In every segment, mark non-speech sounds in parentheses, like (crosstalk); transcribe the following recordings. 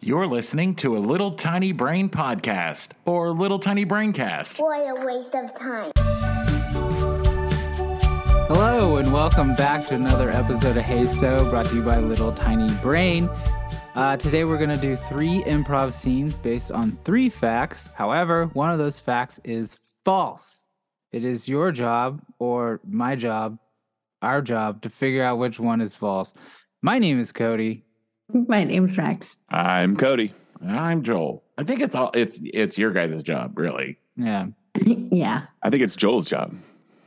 You're listening to a Little Tiny Brain podcast or Little Tiny Braincast. What a waste of time. Hello, and welcome back to another episode of Hey So, brought to you by Little Tiny Brain. Uh, today, we're going to do three improv scenes based on three facts. However, one of those facts is false. It is your job, or my job, our job, to figure out which one is false. My name is Cody. My name's Rex. (laughs) I'm Cody. I'm Joel. I think it's all it's it's your guys' job, (laughs) really. Yeah. yeah, I think it's Joel's job.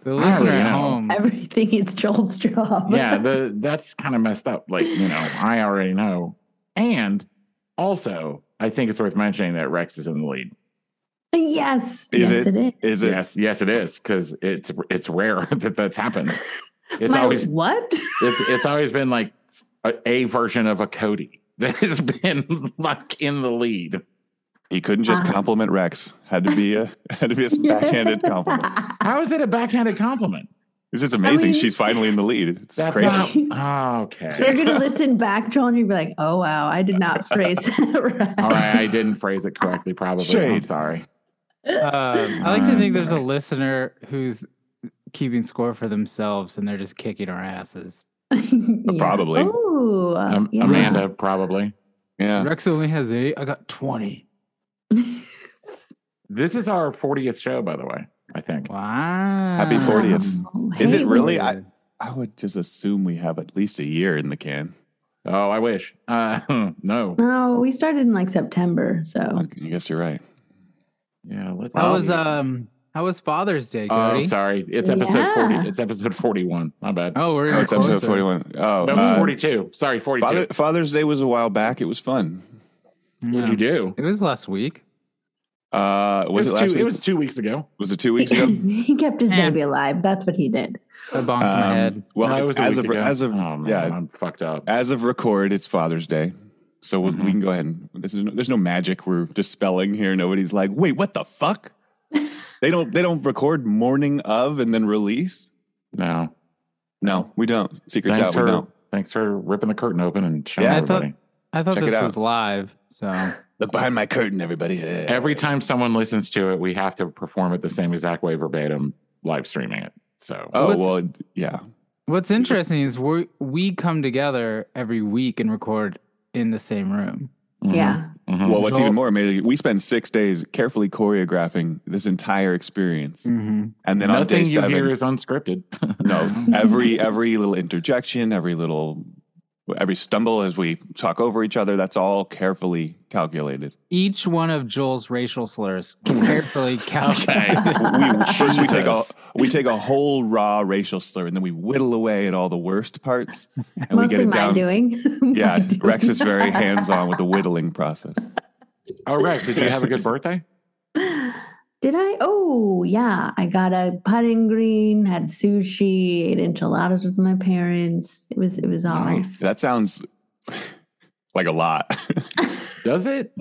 The listener at know. home. everything is Joel's job. Yeah, the that's kind of messed up. Like, you know, I already know. And also, I think it's worth mentioning that Rex is in the lead. yes. Is yes, it? it is. Is it? Yes, yes, it is, because it's it's rare (laughs) that that's happened. It's (laughs) My- always what? (laughs) it's it's always been like a, a version of a Cody (laughs) that has been like in the lead. He couldn't just Uh-huh. compliment Rex. Had to be a (laughs) had to be a backhanded compliment. How is it a backhanded compliment? It's just amazing. mean- She's finally in the lead. It's That's (laughs) crazy. not Ah, okay. You're gonna listen back, Joel, and you're gonna be like, "Oh wow, I did not (laughs) phrase that right." All right, I didn't phrase it correctly. Probably. I'm Shade. sorry. Um, I like to I'm think there's a sorry. listener who's keeping score for themselves and they're just kicking our asses. (laughs) Yeah. Probably. Ooh, uh, Uh, Um, yes. (laughs) Amanda probably. yeah. Rex only has eight. I got 20. This is our 40th show, by the way. I think. Wow. Happy 40th. Oh, Is hey. it really? I I would just assume we have at least a year in the can. Oh, I wish. Uh, (laughs) no. No, we started in like September, so I guess you're right. Yeah. Let's. How was um how was Father's Day, Oh, Cody? sorry. It's episode Yeah. forty. It's episode forty-one. My bad. Oh, we're Oh, it's episode closer. 41. Oh, that was uh, forty-two. Sorry, forty-two. Father, Father's Day was a while back. It was fun. Yeah. What'd you do? It was last week. Uh, was it, was last two, week? It was two weeks ago. was it two he, (laughs) weeks (laughs) ago? he kept his Yeah. baby alive. That's what he did. I bonked my Um, head. Well, No, it it's, was a as week of ago. as of oh, man, yeah, I'm fucked up. As of record, it's Father's Day. So we- Mhm. we can go ahead and this is, there's no magic we're dispelling here. Nobody's like, wait, what the fuck? they don't they don't record morning of and then release. No. No, we don't. Secrets Thanks out. for We don't. thanks for ripping the curtain open and showing Yeah. I thought- everybody. I thought check this it was live, so Look behind my curtain, everybody. Yeah. Every time someone listens to it, we have to perform it the same exact way verbatim, live streaming it. So oh What's- well, yeah. what's interesting is we we come together every week and record in the same room. Mm-hmm. mhm, Yeah. mhm. Well, what's Joel- even more amazing? We spend six days carefully choreographing this entire experience, Mm-hmm. and then on nothing day you seven, hear is (laughs) unscripted. (laughs) No, every every little interjection, every little every stumble as we talk over each other, that's all carefully calculated. Each one of Joel's racial slurs (laughs) carefully calculated. We, first we take a Jesus. we take a whole raw racial slur and then we whittle away at all the worst parts and we get Mostly it my down. doing. (laughs) My Yeah, doing. Rex is very hands on with the whittling process. oh, Rex, did you have a good birthday? Did I? Oh, yeah. I got a putting green, had sushi, ate enchiladas with my parents. It was it was all (gasps) Nice. That sounds like a lot. (laughs) Does it?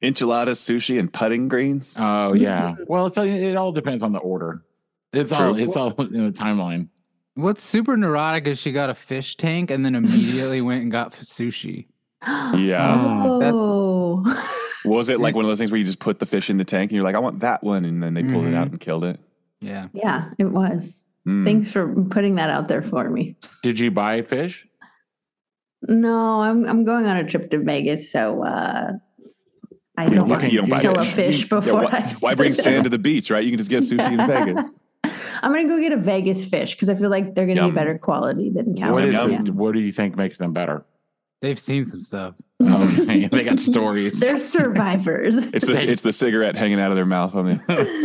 Enchiladas, sushi, and putting greens. Oh yeah. Well, it's, it all depends on the order. It's all True. it's all in the timeline. What's super neurotic is she got a fish tank and then immediately went and got f- sushi. Yeah. Oh, that's- Oh, (laughs) Was it like one of those things where you just put the fish in the tank and you're like, I want that one, and then they pulled it out and killed it? Yeah. yeah, it was. Mm. Thanks for putting that out there for me. Did you buy fish? No, I'm I'm going on a trip to Vegas, so uh, I You don't buy- want you don't to buy kill a it. fish Yeah, before why, I. (laughs) (laughs) why bring sit sand to the beach, right? You can just get sushi in Vegas. I'm gonna go get a Vegas fish because I feel like they're gonna Yum. be better quality than cow. What is Yum. Yeah. it, what do you think makes them (laughs) better? They've seen some stuff. (laughs) Okay, they got stories. They're survivors. Oh, It's the it's the cigarette hanging out of their mouth on the (laughs)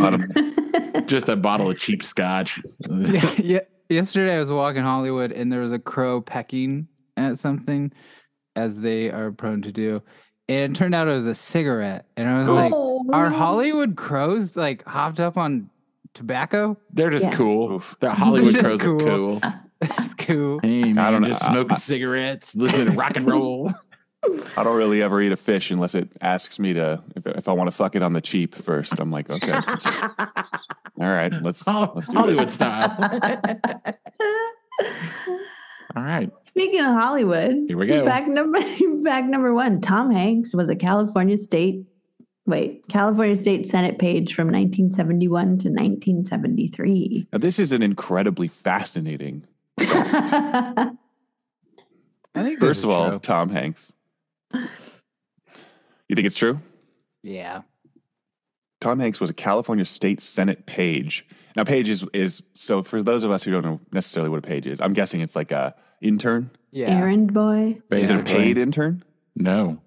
(laughs) bottom. Just a bottle of cheap scotch. (laughs) yeah, yeah. Yesterday I was walking Hollywood and there was a crow pecking at something, as they are prone to do. And it turned out it was a cigarette. And I was like, Oh, are no. Hollywood crows like hopped up on tobacco? (laughs) They're just Yes. cool. Oof. The Hollywood Just crows are cool. cool. That's cool. Hey, man, I don't don't know. know. Just I- smoking cigarettes, listening to (laughs) rock and roll. I don't really ever eat a fish unless it asks me to if, if I want to fuck it on the cheap first. I'm (laughs) like, okay, all right, (laughs) let's Oh, let's do Hollywood this. style. All right. Speaking of Hollywood, Here we go. Fact number (laughs) fact number one: Tom Hanks was a California state wait California state Senate page from 1971 to 1973. (laughs) Now, this is an incredibly fascinating. I think this First is of all, true. Tom Hanks. You think it's true? yeah, Tom Hanks was a California State Senate page. Now, page is, is so for those of us who don't know necessarily what a page is, I'm guessing it's like a intern. yeah. Errand boy. Is it a basically. paid intern? No,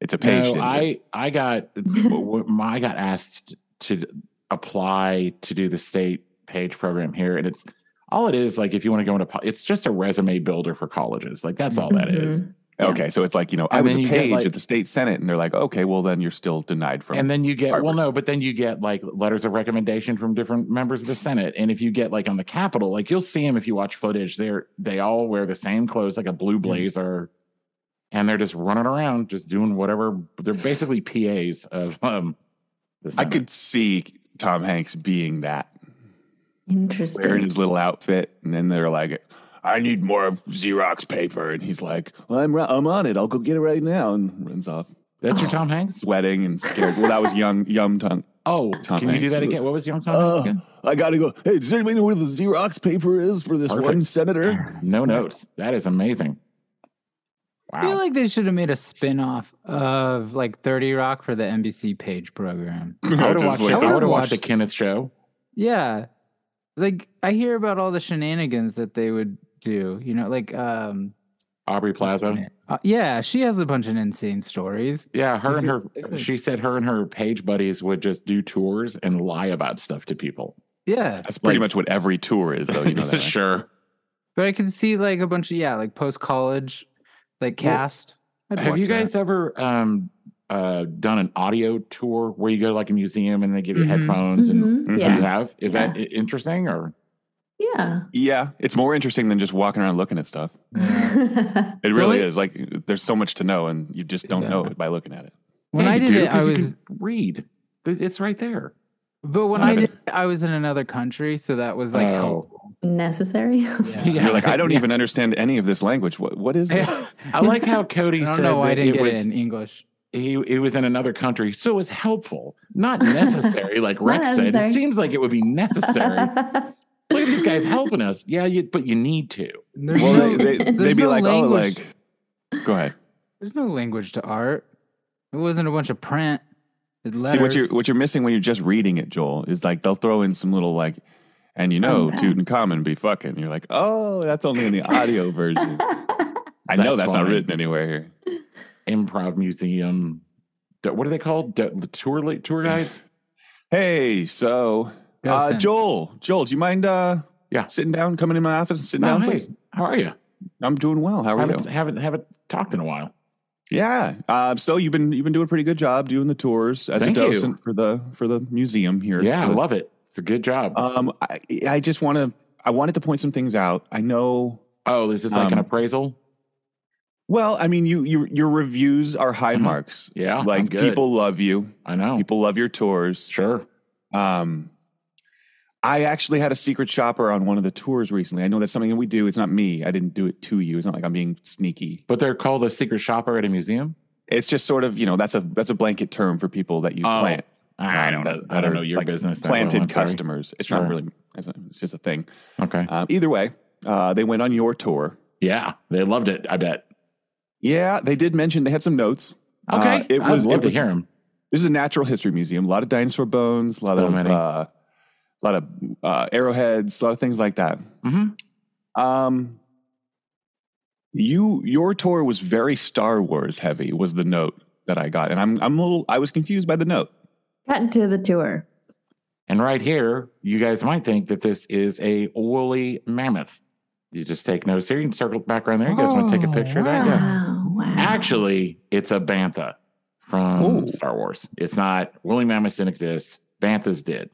It's a page. no. intern. I I got w- w- I got asked to apply to do the state page program here, and it's all it is. Like if you want to go into, po- it's just a resume builder for colleges. Like that's all that Mm-hmm. is. Yeah. Okay, so it's like you know, I And was a then you get, page like- at the state senate, and they're like, okay, well then you're still denied from. And then you get well, Harvard. no, but then you get like letters of recommendation from different members of the Senate. And if you get like on the Capitol, like you'll see them if you watch footage. They're they all wear the same clothes, like a blue blazer, and they're just running around, just doing whatever. They're basically PAs of um. The I Senate. could see Tom Hanks being that, wearing Interesting. his little outfit, and then they're like, I need more Xerox paper, and he's like, well, I'm ri- I'm on it. I'll go get it right now, and runs off, That's your Tom Hanks. (gasps) sweating and scared. well, that was young, (laughs) young tongue. Oh, Tom can you Hanks. do that again? What was young Tom Uh, Hanks again? I gotta go. Hey, does anybody know where the Xerox paper is for this Perfect. (laughs) one senator? (laughs) No notes. That is amazing. I feel Wow. like they should have made a spin off of like 30 Rock for the NBC page program. I would have watched, like I that. would've watched the watched- Kenneth show. Yeah. Like I hear about all the shenanigans that they would do, you know, like um Aubrey Plaza. uh, yeah, she has a bunch of insane stories. Yeah, her and her. If it- She said her and her page buddies would just do tours and lie about stuff to (laughs) people. Yeah. That's pretty Like- much what every tour is, though. You know that. (laughs) right? sure. But I could see like a bunch of yeah, like post college like Well, cast. I'd Have you watch that. guys ever um, uh, done an audio tour where you go to like a museum and they give you Mhm. headphones and Mm-hmm. Mhm. Mhm. you Yeah. have? Is that i- interesting or Yeah. Yeah, it's more interesting than just walking around looking at stuff. It really, Really? is. Like there's so much to know, and you just don't Yeah. know it by looking at it. When Yeah, I you did do, it, I 'cause you was can read. It- It's right there. but when None I of it. did it, I was in another country, so that was like Oh. (laughs) helpful. (laughs) Necessary. Yeah. Yeah. (laughs) You're like, I don't Yeah. even understand any of this language. What what is this? I like how Cody (laughs) I don't said know why that I didn't it get was it in English. he it was in another country, so it was helpful, not necessary. (laughs) Like Not Rex said, it necessary. seems like it would be (laughs) necessary. Look at these guys helping us. Yeah, you, but you need to. There's well, no, they, they, there's they'd be no like, language. oh, like, go ahead. there's no language to art. It wasn't a bunch of print. It See what letters. you're what you're missing when you're just reading it, Joel, is like they'll throw in some little like, and you know, Okay. Tutankhamun be fucking. You're like, oh, that's only in the audio version. I know That's that's not funny. written anywhere here. Improv museum. d- What are they called? D- the tour li- tour (sighs) guides. Hey, so No uh, sense. Joel, Joel, do you mind uh, Yeah. sitting down, coming in my office and sitting Oh, down, hey, please? how are you? I'm doing well. How are you? Haven't, haven't haven't talked in a while. Yeah. Uh, so you've been you've been doing a pretty good job doing the tours as Thank a you. docent for the for the museum here. Yeah, I For the- love it. It's a good job. Um, I, I just want to I wanted to point some things out. I know. oh, this is like an um, appraisal. Well, I mean, you you your reviews are high Mhm. marks. Yeah, I'm like good. Oh. people love you. I know. People love your tours. sure. Um, I actually had a secret shopper on one of the tours recently. I know that's something that we do. It's not me. I didn't do it to you. It's not like I'm being sneaky. But they're called a secret shopper at a museum. It's just sort of you know that's a that's a blanket term for people that you Oh. plant. I don't. that- know. that I don't are, know your like, business. that well, planted I'm sorry. customers. It's Sure. not really. It's not- it's just a thing. Okay. Um, either way, uh, they went on your tour. Yeah, they loved it. I bet. Yeah, they did mention they had some notes. Uh, Okay, it I was. would love It to was hear him. this is a natural history museum. A lot of dinosaur bones. A lot So of. many. Uh, a lot of uh, arrowheads. A lot of things like that. hmm Um, you your tour was very Star Wars heavy. Was the note that I got, and I'm I'm a little I was confused by the note. Got to the tour. And right here, you guys might think that this is a woolly mammoth. You just take notice here. You can circle back around there. You guys want to take a Oh, picture of that? Yeah. Wow. Wow. (laughs) Actually, it's a bantha from Ooh. Star Wars. It's not woolly mammoths didn't exist. Banthas did.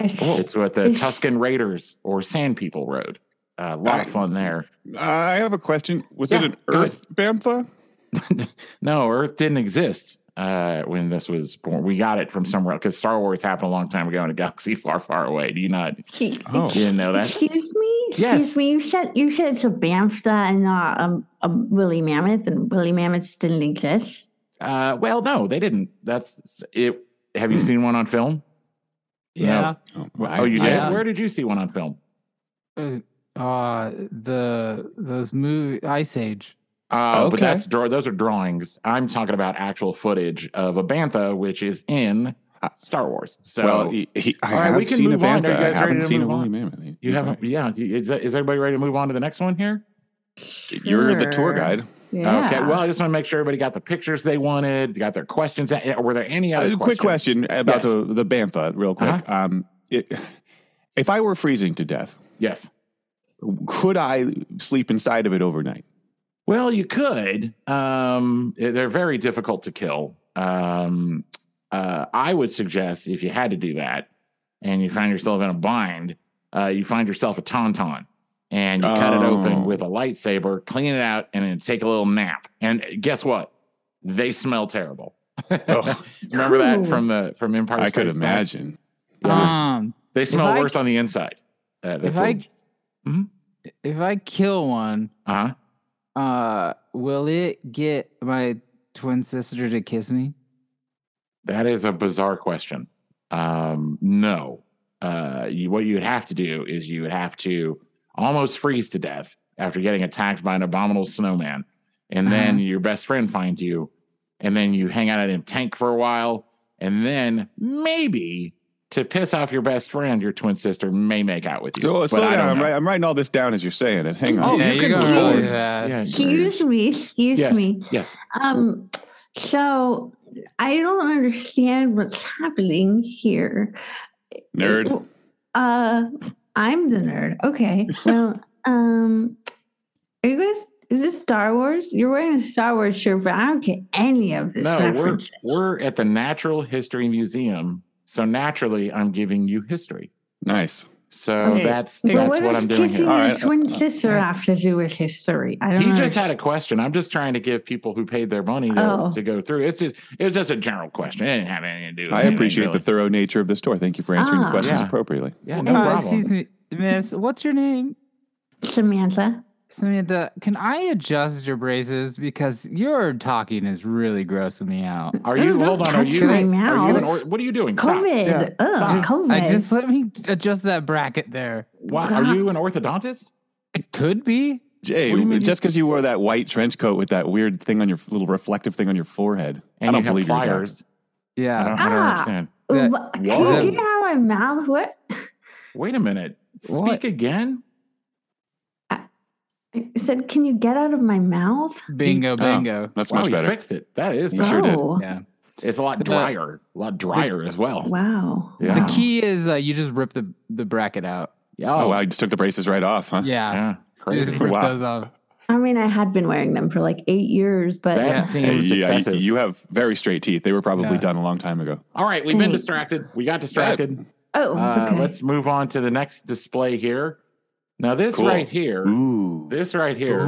It's what the It's- Tuscan Raiders or Sand People rode. Uh, A lot of I- fun there. I have a question. Was Yeah, it an go ahead. Earth bantha? no, Earth didn't exist. uh, when this was born. We got it from somewhere because Star Wars happened a long time ago in a galaxy (laughs) far, far away. Do you not? Oh. You didn't know that? Excuse me. Excuse Yes. me. You said you said it's a Bamfta and uh, not a, a Willy Mammoth, and Willy Mammoths didn't exist. Uh, well, no, they didn't. That's it. Have you seen one on film? Yeah. Oh, oh, you did. yeah. Where did you see one on film? Uh, uh, the those movie Ice Age. Uh, But Okay. that's draw. Those are drawings. I'm talking about actual footage of a bantha, which is in Star Wars. So Uh, well, he, he, I All right, have we can seen a move on. Are you bantha. I guys ready haven't to seen a move woolly on? mammoth. you haven't. Yeah. you- Is, is everybody ready to move on to the next one here? You're the tour Sure. guide. Yeah. Okay. Well, I just want to make sure everybody got the pictures they wanted, got their questions. a- Uh-huh. Were there any other Uh, quick questions? question about Yes. the the bantha, real quick. Um, it, if I were freezing to death, Yes. could I sleep inside of (laughs) it overnight? Well, you could. Um, they're very difficult to kill. Um, uh, I would suggest if you had to do that and you find yourself in a bind, uh, you find yourself a tauntaun and you cut it open Oh. with a lightsaber, clean it out, and then take a little nap. And guess what? They smell terrible. Ugh, (laughs) Remember that Ooh. from the from Empire. I could Strikes Back? imagine. Yeah. Um, They smell I- worse on the inside. Uh, that's If I- it. Hmm? if I kill one, uh-huh. uh, will it get my twin sister to kiss me? That is a bizarre question. Um, no. Uh, you, what you would have to do is you would have to almost freeze to death after getting attacked by an abominable snowman. And then Uh-huh. your best friend finds you. And then you hang out in a tank for a while. And then maybe to piss off your best friend, your twin sister may make out with you. Oh, But slow I don't down. I'm, know. wri- I'm writing all this down as you're saying it. Hang on. Oh, yeah, you you're can going do really it. fast. Yeah. excuse me. Excuse Yes. me. Yes. Um. So I don't understand what's happening here. Nerd. Oh. Uh, I'm the nerd. (laughs) Okay. Well, um, are you guys? Is this Star Wars? You're wearing a Star Wars shirt, but I don't get any of this. No, we're, references. we're at the Natural History Museum. So naturally, I'm giving you history. Nice. So Okay. that's But that's what what, does I'm doing kissing here. All right. your twin sister have to do with history? I don't. He just had understand. a question. I'm just trying to give people who paid their money to, Oh. to go through. It's just it was just a general question. It didn't have anything to do. With I anything, appreciate really. the thorough nature of this tour. Thank you for answering the Ah. questions Yeah. appropriately. yeah, no (laughs) Uh, problem. Excuse me, Miss. What's your name? Samantha. Samantha, can I adjust your braces because your talking is really grossing me out. Are you? Oh, Don't Hold on. Are touch you? my Are you mouth. an or, what are you doing? Stop. COVID. Yeah. Ugh, Just- COVID. I just let me adjust that bracket there. Why, are you an orthodontist? It could be. Jay, What do you mean just because you wore that white trench coat with that weird thing on your little reflective thing on your forehead, And I don't you believe have you're a pliers. I Yeah. don't, I don't Ah. understand. that- Wha- Can Whoa. you get out of my mouth? What? Wait a minute. Speak What? again. I said, can you get out of my mouth? Bingo, Oh. bingo. That's wow, much you better. fixed it. That is. You sure did. Oh, Yeah. It's a lot The- drier. A lot drier as well. Wow. Yeah. The Wow. key is uh, you just rip the, the bracket out. Yeah. Oh, wow. You just took the braces right off, huh? Yeah. Uh, Yeah. You Crazy. (laughs) just rip Wow. those off. I mean, I had been wearing them for like eight years, but That Yeah. Hey, seems yeah, you, excessive. you have very straight teeth. They were probably Yeah. done a long time ago. All right, we've been Thanks. distracted. We got distracted. oh, Uh, okay. Let's move on to the next display here. Now, this Cool. right here, Ooh. this right here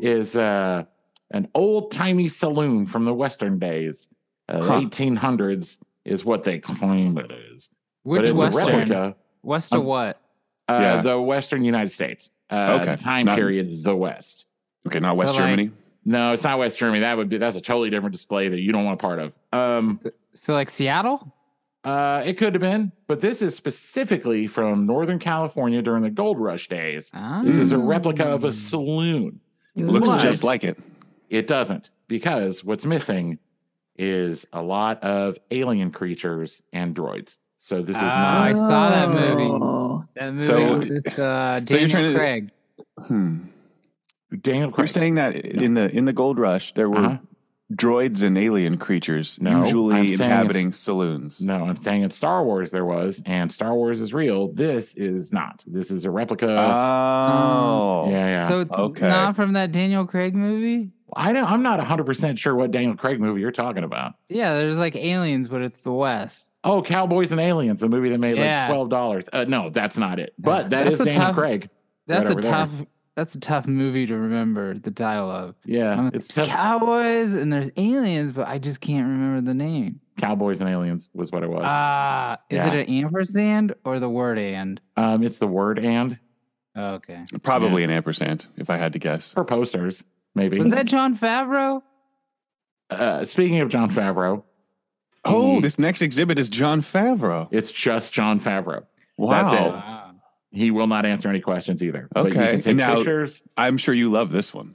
is Ooh. uh, an old timey saloon from the Western days, uh, Huh. 1800s is what they claim it is. but Which it's a Western? replica. West of Um, what? Uh, Yeah. The Western United States. Uh, Okay. Time Not- period, the West. okay, not West So, like- Germany. No, it's not West Germany. That would be that's a totally different display that you don't want a part of. Um, So, like Seattle? uh, it could have been, but this is specifically from Northern California during the Gold Rush days. This is a Hmm. Mm. replica of a saloon. Looks What? just like it. It doesn't, because what's missing is a lot of alien creatures and droids. So this is Oh, I not. saw that movie. Oh. That movie So- with uh, Daniel so you're trying to- Craig. Hmm. Daniel You're Craig. saying that in the in the gold rush there were Uh-huh. droids and alien creatures No, I'm saying usually it's- inhabiting saloons. No, I'm saying in Star Wars there was, and Star Wars is real. This is not. This is a replica. oh. Um, yeah, yeah. so it's okay. not from that Daniel Craig movie? I don't, I'm not 100% sure what Daniel Craig movie you're talking about. Yeah, there's like aliens, but it's the West. Oh, Cowboys and Aliens, the movie that made Yeah. like $12. Uh, no, that's not it. Uh, But that that's is a Daniel tough- Craig. That's Right a over there. tough that's a tough movie to remember the title of. Yeah, Um, it's It's tough. cowboys and there's aliens, but I just can't remember the name. Cowboys and Aliens was what it was. Ah, is Yeah. it an ampersand or the word and? Oh, um, it's the word and Okay. Probably an ampersand, if I had to guess. for posters, maybe. Was that John Favreau? uh, speaking of John Favreau, Oh, this next exhibit is John Favreau. it's just John Favreau. Wow. That's it. He will not answer any questions either. But you Okay, can take now- pictures. I'm sure you love this one.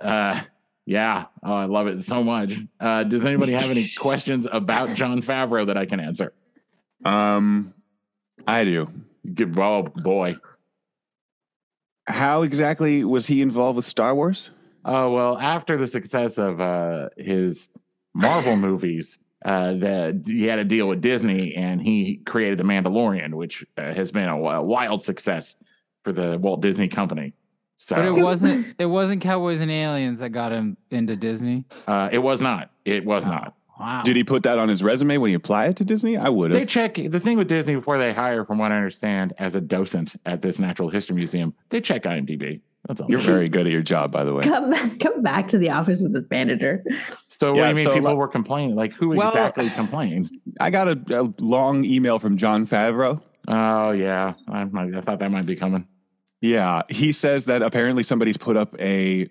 Uh, yeah. Oh, I love it so much. Uh, does anybody have (laughs) any questions about John Favreau that I can answer? Um, I do. Good- Oh boy. How exactly was he involved with Star Wars? Oh well, after the success of uh, his Marvel movies, uh, that he had a deal with Disney, and he created the Mandalorian, which uh, has been a, wi- wild success for the Walt Disney Company. So But it it, (laughs) wasn't it wasn't Cowboys and Aliens that got him into Disney. uh, it was not. It was Oh. not. Wow. Did he put that on his resume when he applied to Disney? I would They have. check the thing with Disney before they hire, from what I understand, as a docent at this Natural History Museum. They check IMDb. That's all. You're very good at your job, by the way. Come back, come back to the office with this manager. (laughs) So what do Yeah, you mean so people like- were complaining? Like who Well- exactly complained? I got a, a long email from John Favreau. Oh yeah, I, might- I thought that might be coming. Yeah, he says that apparently somebody's put up a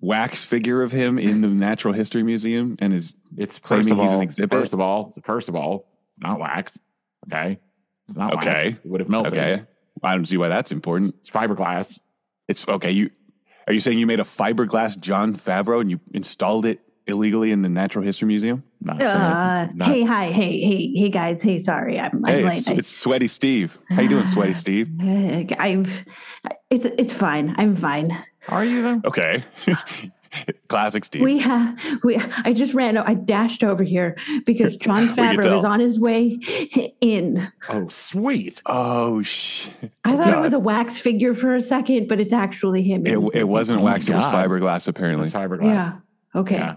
wax figure of him in the Natural History Museum and is It's first Claiming of he's an all, exhibit? first of all, first of all, it's not wax. Okay, it's not Okay. wax. It would have melted. okay. I don't see why that's important. It's fiberglass. It's okay. You are you saying you made a fiberglass John Favreau and you installed it illegally in the Natural History Museum? Not Uh, saying- not- hey, hi, hey, hey, hey, guys. Hey, sorry, I'm, I'm hey, late. it's, I- it's Sweaty Steve. How you doing, Sweaty Steve? Uh, I'm. It's it's fine. I'm fine. Are you though? Okay, (laughs) classic Steve. We have we. I just ran. I dashed over here (laughs) because John We can Favreau was tell. on his way in. Oh sweet. oh shit! I thought it God. was a wax figure for a second, but it's actually him. It, it wasn't Oh my wax. It was God. fiberglass. Apparently, It's fiberglass. yeah. Okay. Yeah.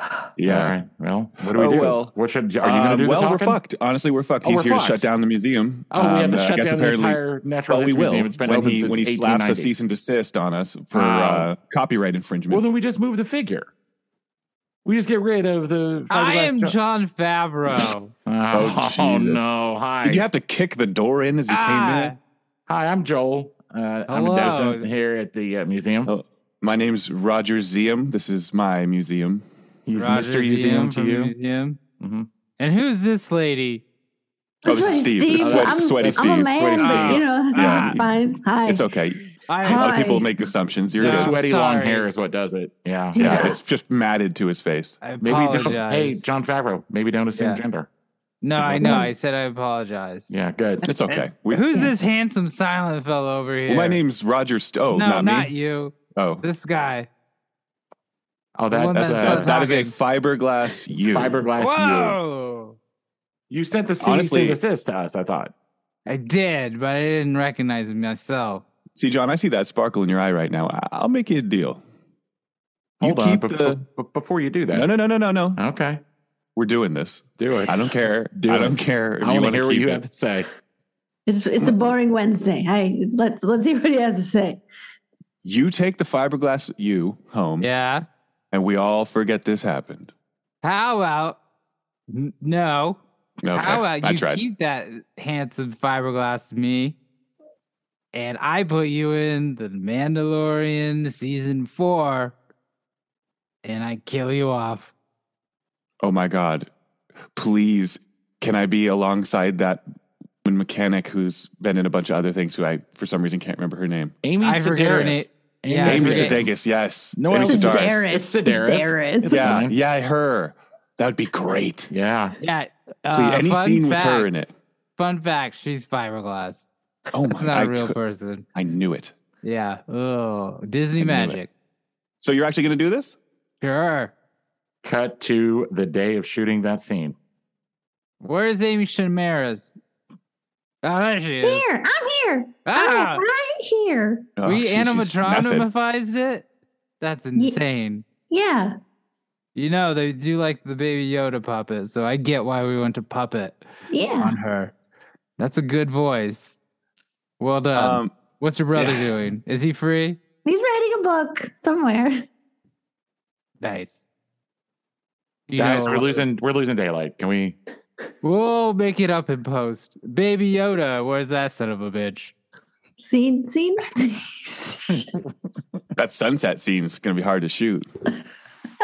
All yeah. right. Well, what do we Oh, do? well. What should are you going to Um, do? the well, we're talking? fucked. Honestly, we're fucked. Oh, He's we're here fucked. to shut down the museum. Oh, we have to Um, I shut guess down the entire natural Well, we history will museum. It's been when open he since when he slaps a 1890. cease and desist on us for Oh. uh, copyright infringement. Well, then we just move the figure. We just get rid of the. I fiberglass am jo- John Favreau. (laughs) Oh, Oh, Jesus. no! Hi, Did you have to kick the door in as you came ah, in? hi. I'm Joel. Uh, I'm a Hello. docent here at the uh, museum. Oh. My name's Roger Zeum. This is my museum. He's Roger Mr. Museum Zeum to from you. Museum. Mm-hmm. Mhm. And who's this lady? Oh, this is Sweaty Steve. This is Steve. Sweaty, I'm- sweaty I'm Steve. I'm a man, Sweaty but Steve. you know Yeah. it's fine. Hi. It's okay. A I, lot of people Hi. make assumptions. You're Your Yeah, good. I'm sweaty long sorry. hair is what does it. Yeah. Yeah, it's just matted to his face. I Maybe apologize. don't, hey, John Favreau, maybe don't assume Yeah. gender. no, I know. I said I apologize. Yeah, good. It's okay. We, Who's this handsome silent fellow over here? well, my name's Roger Stowe. no, not, not, me. you. Oh, This guy. Oh, The that, one that's that's a that, that is a talking. fiberglass you. fiberglass you. Whoa! You sent the cease Honestly- and desist to us, I thought. I did, but I didn't recognize him myself. See, John, I see that sparkle in your eye right now. I- I'll make you a deal. Hold you on, keep bef- the. bef- before you do that. No, no, no, no, no, no. Okay, We're doing this. do it. I don't care. (laughs) Do I it. don't care. If I you want to wanna hear what keep you it. have to say. It's it's Mm-hmm. a boring Wednesday. Hey, let's let's see what he has to say. You take the fiberglass you home, Yeah. and we all forget this happened. How about n- no? Okay, How about I you tried. keep that handsome fiberglass me, and I put you in the Mandalorian season four, and I kill you off. oh my god! Please, can I be alongside that woman mechanic who's been in a bunch of other things? Who I, for some reason, can't remember her name. Amy I forget her Sedaris. Amy Yeah, Amy Sedaris. Sedagas. Yes. No, Amy it's Sedaris. It's Sedaris. It's Yeah, "Mm-hmm." fine. yeah, her. That would be great. Yeah. Yeah. Please, Uh, any fun scene with fact, (laughs) her in it. Fun fact: she's fiberglass. Oh my! That's not I a real cou- person. I knew it. Yeah. Oh, Disney I knew it. magic. So you're actually going to do this? Sure. Cut to the day of shooting that scene. Where is Amy Shimaris? Oh, there she is. Here, I'm here. Ah, I'm right here. Oh, we she- she's method. animatronified it. That's insane. Yeah. You know they do like the Baby Yoda puppet, so I get why we went to puppet Yeah. on her. That's a good voice. Well done. Um, What's your brother Yeah. doing? Is he free? He's writing a book somewhere. Nice. You Guys, know- we're losing we're losing daylight. Can we? We'll make it up in post. Baby Yoda, where's that son of a bitch? Scene, scene. That sunset scene's going to be hard to shoot.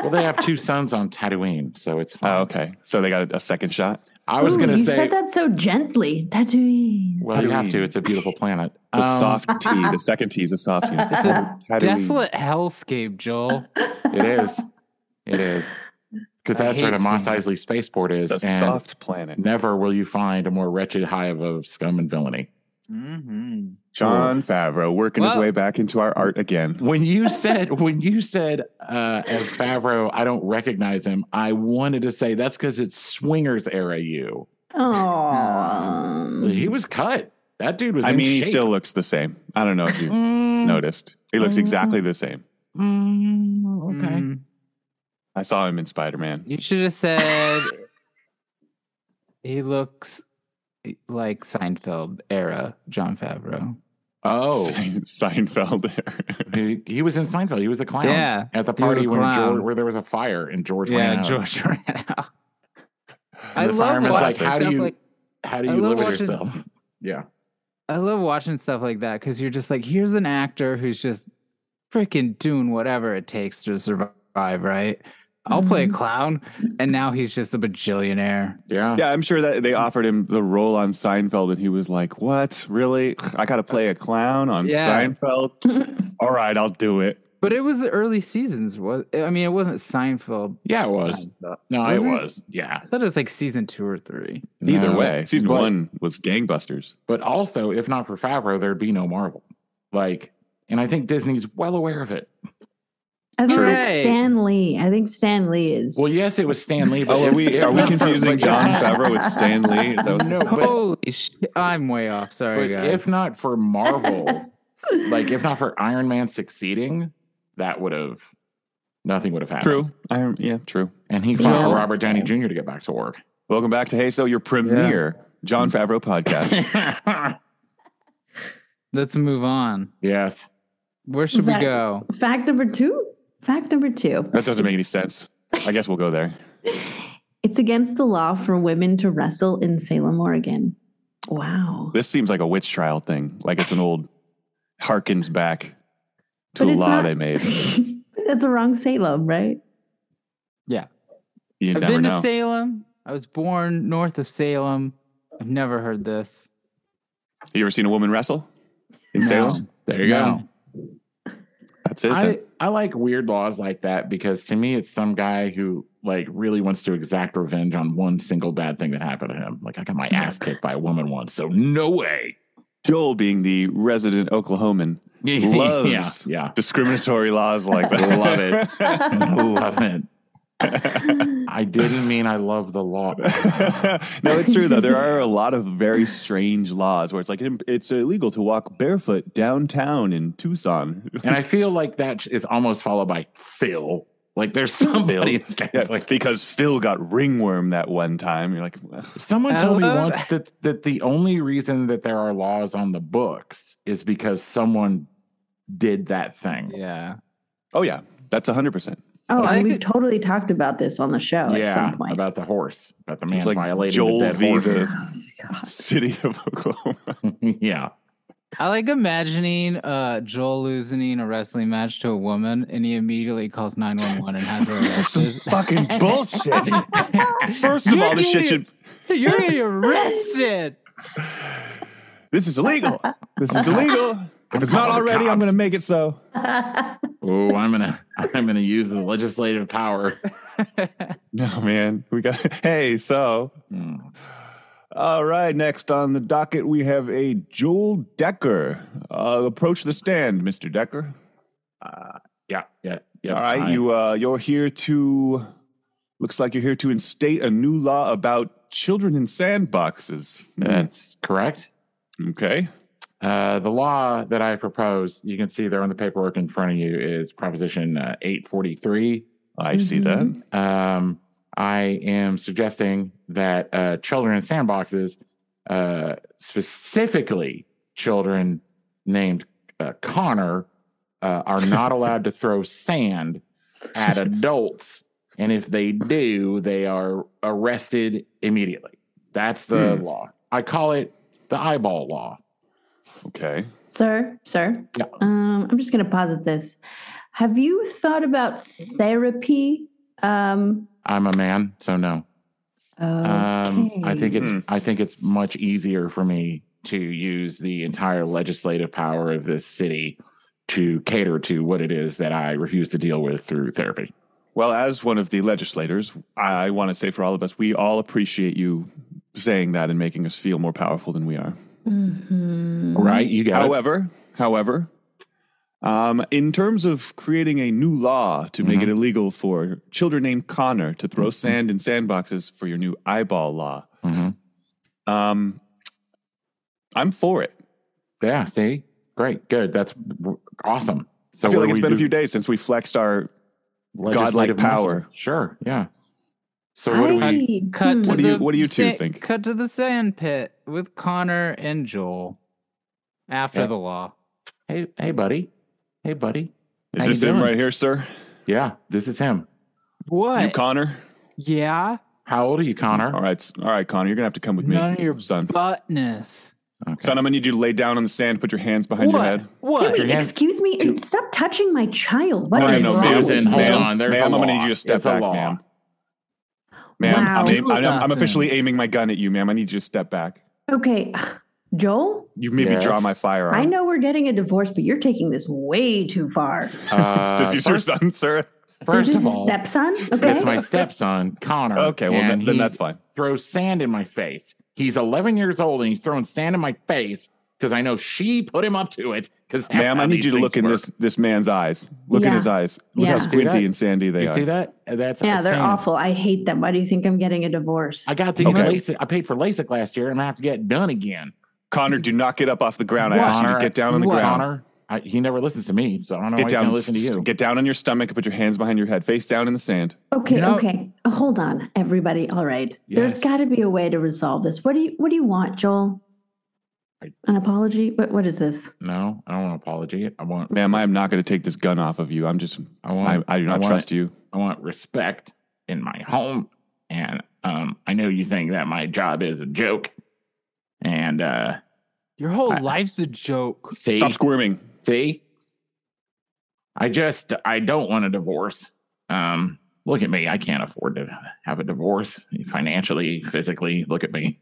Well, they have two sons on Tatooine, so it's fine. Oh, okay. So they got a, a second shot. I was Ooh, gonna you say. said that so gently. Tatooine. Well, you have to. Tatooine. It's a beautiful planet. (laughs) The Um, (laughs) soft T, the second T is a soft T. It's It's a Tatooine. Desolate hellscape, Joel. It is. It (laughs) is. Because I that's where hate the Mos seeing it. Eisley spaceport is. The and soft planet. never will you find a more wretched hive of scum and villainy. Mm-hmm. John Favreau working his Well- way back into our art again. When you said, when you said, uh, as Favreau, I don't recognize him, I wanted to say that's because it's swingers era you. Oh. He was cut. That dude was. Mm-hmm. I in mean, he shape. still looks the same. I don't know if Mm-hmm. you Mm, noticed. He looks exactly the same. Mm-hmm. Oh, mm, Mm-hmm. okay. I saw him in Spider Man. You should have said (laughs) he looks like Seinfeld era John Favreau. (laughs) Oh, Seinfeld (laughs) there. he, he was in Seinfeld. He was a clown. Yeah, At the he was a party when clown. George, where there was a fire and George yeah, ran out. George ran (laughs) out. And the fireman's watching like, how do stuff you, like- how do I you love live with watching- yourself? (laughs) Yeah. I love watching stuff like that because you're just like, here's an actor who's just freaking doing whatever it takes to survive, right? I'll play a Mhm. clown, and now he's just a bajillionaire. Yeah. Yeah, I'm sure that they Mm. offered him the role on Seinfeld, and he was like, "What? Really? I got to play a clown on Yeah. (laughs) Seinfeld? All right, I'll do it." But it was the early seasons. Was I mean, it wasn't Seinfeld. Yeah, it was. Seinfeld. No, Was it, it? was. Yeah. I thought it was like season two or three. Either No. way, season But- one was gangbusters. But also, if not for Favreau, there'd be no Marvel. Like, and I think Disney's well aware of it. I think True. that's Right. Stan Lee. I think Stan Lee is. Well, yes, it was Stan Lee. But Oh, if- are we if (laughs) are we not for- confusing but- John (laughs) Favreau with Stan Lee? That was No, but, Holy shit! I'm way off. Sorry, but guys. if not for Marvel, like if not for Iron Man succeeding, that would have nothing would have happened. true. I, yeah, true. And he Yeah. fought for Robert Downey Jr. to get back to work. Welcome back to Hey So, your premier John Favreau podcast. (laughs) Let's move on. yes. Where should we Right. go? fact number two. Fact number two. that doesn't make any sense. I guess we'll go there. It's against the law for women to wrestle in Salem, Oregon. Wow. This seems like a witch trial thing. Like it's an old harkens back to But a it's law not- they made. (laughs) That's the wrong Salem, right? You I've never been know. to Salem. I was born north of Salem. I've never heard this. you ever seen a woman wrestle in No. Salem? There you No. go. That's it. I, then. I like weird laws like that because to me it's some guy who like really wants to exact revenge on one single bad thing that happened to him. Like I got my (laughs) ass kicked by a woman once, so no way. (laughs) Joel, being the resident Oklahoman, Loves. yeah, discriminatory laws like (laughs) that. Love it. yeah. love it. I didn't mean I love the law. (laughs) no, it's true though. There are a lot of very strange laws where it's like it's illegal to walk barefoot downtown (laughs) in Tucson. And I feel like that is almost followed by Phil. Like there's somebody Yeah, that's like because Phil got ringworm that one time. You're like, Someone told me Hello? once that that the only reason that there are laws on the books is because someone did that thing. Yeah. oh yeah, that's hundred percent. Oh, I and we've could- totally talked about this on the show at some point. about the horse, about the It's man like violating Joel the dead v. horse. (laughs) the city of Oklahoma. yeah, I like imagining uh, Joel losing a wrestling match to a woman, and he immediately calls nine one one and has (laughs) her That's some arrested. (laughs) fucking bullshit. First of all, this shit should. You're gonna get arrested. This is illegal. This (laughs) is illegal. If it's not calling the already, cops. I'm going to make it so. oh, I'm gonna I'm gonna use the legislative power. (laughs) No, Oh, man. We got. Hey, so. Hmm. All right. Next on the docket, we have a Joel Decker. Uh, approach the stand, Mr. Decker. Uh, yeah, yeah, yeah. all right. I- You, uh, you're here to. Looks like you're here to instate a new law about children in sandboxes. Hmm, that's correct. Okay. Uh, the law that I propose, you can see there on the paperwork in front of you, is Proposition uh, 843. I see that. um, I am suggesting that uh, children in sandboxes, uh, specifically children named uh, Connor uh, are not allowed to throw sand at adults, and if they do, they are arrested immediately. That's the law. I call it the eyeball law. Okay. Sir, sir. Yeah. Um, I'm just going to posit this. Have you thought about therapy? Um, I'm a man, so no. Um, I think it's Hmm. I think it's much easier for me to use the entire legislative power of this city to cater to what it is that I refuse to deal with through therapy. Well, as one of the legislators, I want to say for all of us, we all appreciate you saying that and making us feel more powerful than we are. Mm-hmm. Mm-hmm. Right? You Oh, got it. However, however, um, in terms of creating a new law to make Mm-hmm. it illegal for children named Connor to throw sand in sandboxes for your new eyeball law, Mhm. um, I'm for it. Yeah. See. Great. Good. That's awesome. So I feel what like do it's we been a do? few days since we flexed our. Legislative godlike power. muscle. Sure. Yeah. So what do we? I- Cut. hmm. to What do you- the what do you two sa- think? Cut to the sand pit with Connor and Joel after Yeah. the law. Hey, hey, buddy. Hey, buddy. Is How you this him doing? right here, sir? Yeah. This is him. What? You, Connor? yeah, How old are you, Connor? All right, s- all right, Connor. You're gonna have to come with me, None of your- son. buttness. Okay. Son, I'm gonna need you to lay down on the sand, put your hands behind your What? head. Can What? we- Your hand- excuse me? Stop touching my child. What No, is no, Hey, no, wrong ma'am. with Susan, hold you? Ma'am, on. There's ma'am, a I'm gonna law. need you to step It's a back, law. ma'am. Ma'am, Wow. I'm, aim- I'm, I'm Nothing. officially aiming my gun at you, ma'am. I need you to step back. Okay. (sighs) Joel, You maybe Yes. draw my firearm. Uh-huh. I know we're getting a divorce, but you're taking this way too far. (laughs) Uh, Is this is your first, son, sir? first is this of a all, stepson? Okay. it's my stepson, Connor. Okay, well, and then, then Oh, he that's fine. Throws sand in my face. He's 11 years old and he's throwing sand in my face because I know she put him up to it. Because Ma'am, I need you to look in this this man's eyes. Look in Yeah. his eyes. Look Yeah. how See squinty that? and sandy they You are. see that? That's yeah, they're sand. awful. I hate them. Why do you think I'm getting a divorce? I got these. Okay. LASIK, I paid for LASIK last year, and I have to get done again. Connor, do not get up off the ground. I asked you to Connor, get down on the what? ground. Connor, I, he never listens to me, so I don't know Get why he's down. gonna listen to you. Get down on your stomach and put your hands behind your head, face down in the sand. Okay, You know- okay. Hold on, everybody. All right. Yes. There's got to be a way to resolve this. What do you What do you want, Joel? I- An apology? What What is this? no, I don't want an apology. I want, Ma'am, I am not going to take this gun off of you. I'm just, I I, want, I do not want trust you. I want respect in my home, and um, I know you think that my job is a joke, and uh, Your whole I- life's a joke. see, Stop squirming. see, I just, I don't want a divorce. Um, look at me, I can't afford to have a divorce financially, physically. Look at me.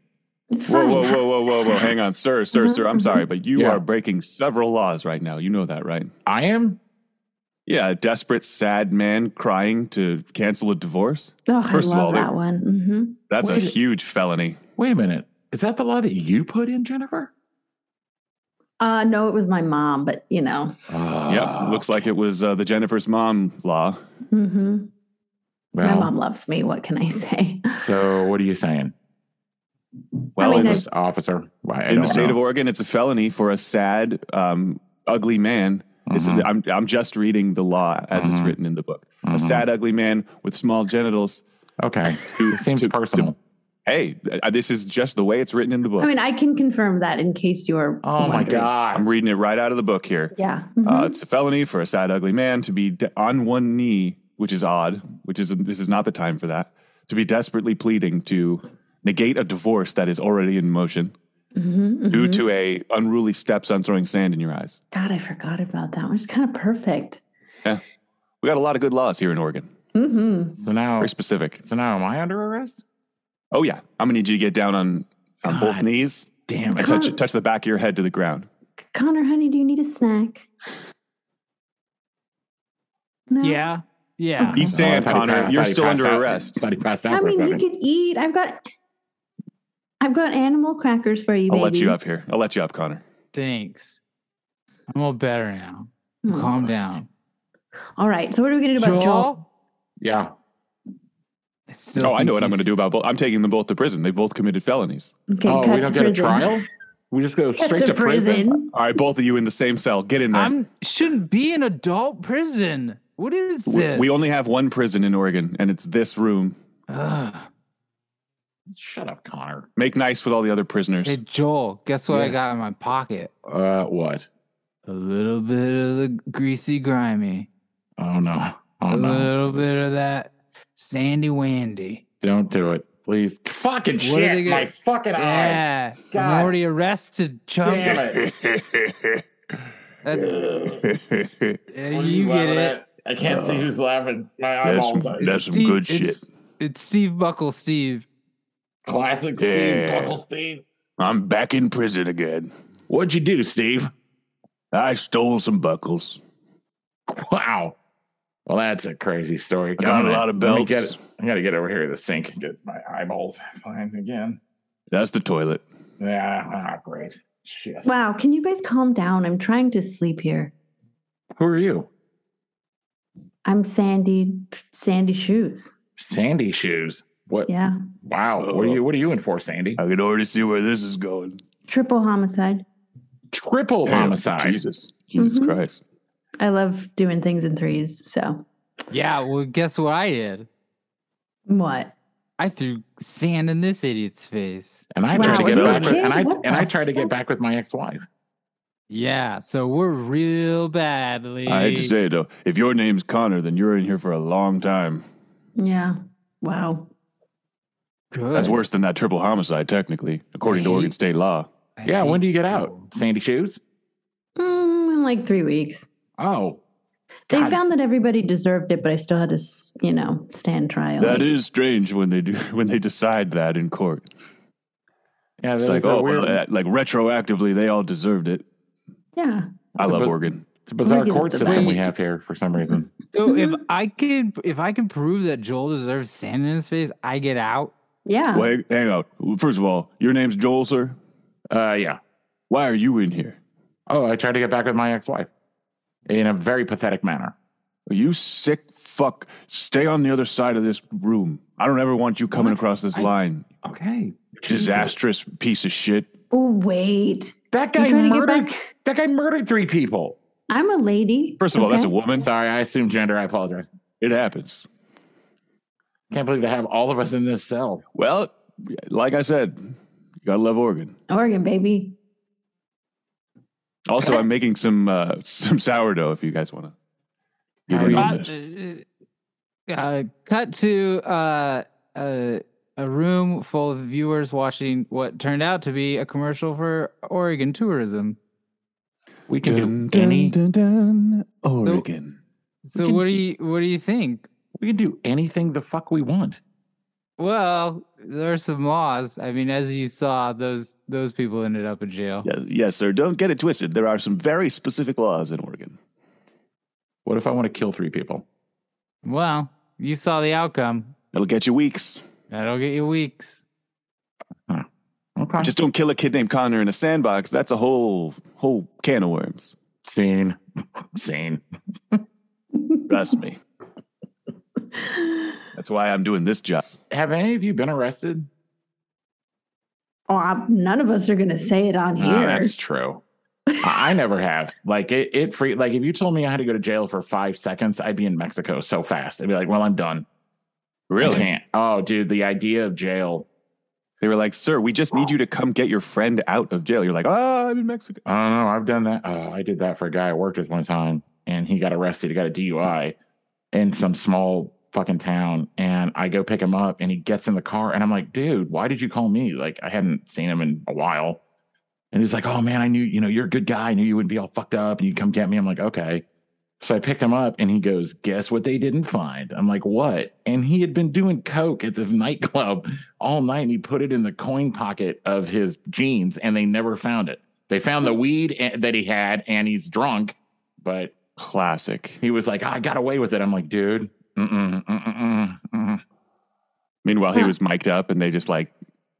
It's Whoa, fine. Uh-huh. whoa, whoa, whoa, whoa, whoa. Hang on, sir, sir, sir. I'm sorry, but you Yeah. are breaking several laws right now. You know that, right? I am Yeah, a desperate, sad man crying to cancel a divorce. (laughs) Oh, First I of love all, they- that one. hmm That's a Wait. huge felony. Wait a minute. Is that the law that you put in, Jennifer? Uh, no, it was my mom, but you know. Ah, Ah. yep. Looks like it was uh, the Jennifer's mom law. hmm My well, Mm-hmm. mom loves me. What can I say? So what are you (laughs) saying? Well, mean, in, there's- the, This officer. Why, I in the don't state know. of Oregon, it's a felony for a sad, um, ugly man. It's- Mm-hmm. Mhm, I'm, I'm just reading the law as it's Mhm. written in the book. A mhm. sad, ugly man with small genitals. Okay. Who It seems personal. hey, uh, this is just the way it's written in the book. I mean, I can confirm that in case you are. oh my wondering. god. I'm reading it right out of the book here. Yeah. Uh, Mm-hmm. mhm. it's a felony for a sad, ugly man to be de- on one knee, which is odd. Which is this is not the time for that. To be desperately pleading to negate a divorce that is already in motion Mhm, mhm. Mm-hmm. due to a unruly stepson throwing sand in your eyes. God, I forgot about that one. It's kind of perfect. We got a lot of good laws here in Oregon. hmm So now Very specific. so now am I under arrest? Oh yeah, I'm gonna need you to get down on on both God. knees Damn and it. Come- touch touch the back of your head to the ground. Connor, honey, do you need a snack? No. Yeah, yeah. Be sand, Oh, I thought he Connor. passed- I You're thought he still passed under out. arrest. I thought he passed out I for a mean, you second. could eat. I've got, I've got animal crackers for you, I'll baby. let you up here. I'll let you up, Connor. Thanks. I'm all better now. Hmm. Mm. Calm down. All right. So what are we going to do about Joel? yeah. I still oh, I think know what I'm he's- going to do about both. I'm taking them both to prison. They both committed felonies. Okay, oh, cut we don't to get a prison. trial? We just go (laughs) Cut straight to prison. All right, both of you in the same cell. Get in there. I'm shouldn't be in adult prison. What is we, this? we only have one prison in Oregon, and it's this room. Ugh. Shut up, Connor. Make nice with all the other prisoners. Hey Joel, guess what I Yes. got in my pocket? Uh what? a little bit of the greasy grimy, Oh no. Oh a Uh, no. little bit of that sandy wandy. Don't do it. Please. Fucking What are they shit. My gonna- fucking eye. Yeah, God. I'm already arrested, Chuck. Damn it. That's, Ugh. yeah, What are you get laughing it. at? I (laughs) can't see who's laughing. My That's- eyeballs are that's- some good it's- It's Steve Buckle, Steve. classic Steve Yeah. Buckle Steve. I'm back in prison again. What'd you do, Steve? (laughs) I stole some buckles. Wow. Well, that's a crazy story. I got I'm a gonna- lot of let me get belts. it- I gotta get over here to the sink and get my eyeballs (laughs) fine again. That's the toilet. Yeah, ah, great. Shit. Wow, can you guys calm down? I'm trying to sleep here. Who are you? I'm Sandy Sandy Shoes. Sandy shoes. What Yeah. wow. What are you what are you in for, Sandy? I can already see where this is going. Triple homicide. Triple Damn, homicide. Jesus. Jesus Mhm. Christ. I love doing things in threes, so Yeah, well, guess what I did? what? I threw sand in this idiot's face. And I tried Wow, to was get he a back with, kid? and I What and I the tried to get fuck? back with my ex-wife. Yeah, so we're real badly. I had to say, though, if your name's Connor, then you're in here for a long time. Yeah. Wow. Good. That's worse than that triple homicide, technically, according to Hey. Oregon state law. I Yeah, when hate do you get out? school. Sandy shoes? Mm, in like three weeks. Oh. They God. found that everybody deserved it, but I still had to, s- you know, stand trial. That is strange when they do (laughs) when they decide that in court. yeah, It's that like, was a oh, weird- well, uh, like retroactively, they all deserved it. Yeah. I It's a love bu- Oregon. It's a bizarre give us court the system we best. have here for some reason. So if I can, if I can prove that Joel deserves sand in his face, I get out. Yeah. Well, hang, hang out. First of all, your name's Joel, sir. Uh, yeah. Why are you in here? Oh, I tried to get back with my ex-wife in a very pathetic manner. Are you sick fuck? Stay on the other side of this room. I don't ever want you coming What? across this I- line. Okay. Disastrous piece of shit. Oh, wait. That You guy trying to get murdered. back- That guy murdered three people. I'm a lady. First of all, that's a okay? woman. Sorry, I assume gender. I apologize. It happens. Can't believe they have all of us in this cell. Well, like I said, you gotta love Oregon. Oregon, baby. Also, I'm making some uh, some sourdough if you guys want to get How in are on you? this. Uh, cut to uh, a, a room full of viewers watching what turned out to be a commercial for Oregon tourism. We can Dun, do dun, any. dun, dun, Oregon. So can- what do you what do you think? We can do anything the fuck we want. Well, there's some laws. I mean, as you saw, those those people ended up in jail. Yes, yes, sir. Don't get it twisted. There are some very specific laws in Oregon. What if I want to kill three people? Well, you saw the outcome. That'll get you weeks. That'll get you weeks. Okay. Just don't kill a kid named Connor in a sandbox. That's a whole whole can of worms. (laughs) Scene. Scene. Trust me. That's why I'm doing this job. Have any of you been arrested? Oh, i none of us are going to say it on here. Ah, that's true. I I never have. Like it, it free. Like if you told me I had to go to jail for five seconds, I'd be in Mexico so fast. I'd be like, well, I'm done. I can't. Oh, dude, the idea of jail. They were like, sir, we just need you to come get your friend out of jail. You're like, oh, I'm in Mexico. I don't know. I've done that. Uh, I did that for a guy I worked with one time, and he got arrested. He got a DUI in some small fucking town. And I go pick him up, and he gets in the car, and I'm like, dude, why did you call me? Like, I hadn't seen him in a while. And he's like, oh man, I knew, you know, you're a good guy. I knew you wouldn't be all fucked up, and you'd come get me. I'm like, okay. So I picked him up, and he goes, guess what they didn't find? I'm like, what? And he had been doing coke at this (laughs) nightclub all night, and he put it in the coin pocket of his jeans, and they never found it. They found the weed a- that he had, and he's drunk, but Classic. he was like, I got away with it. I'm like, dude, mm-mm, mm-mm, mm-mm, mm-mm. Meanwhile, he Huh. was mic'd up and they just like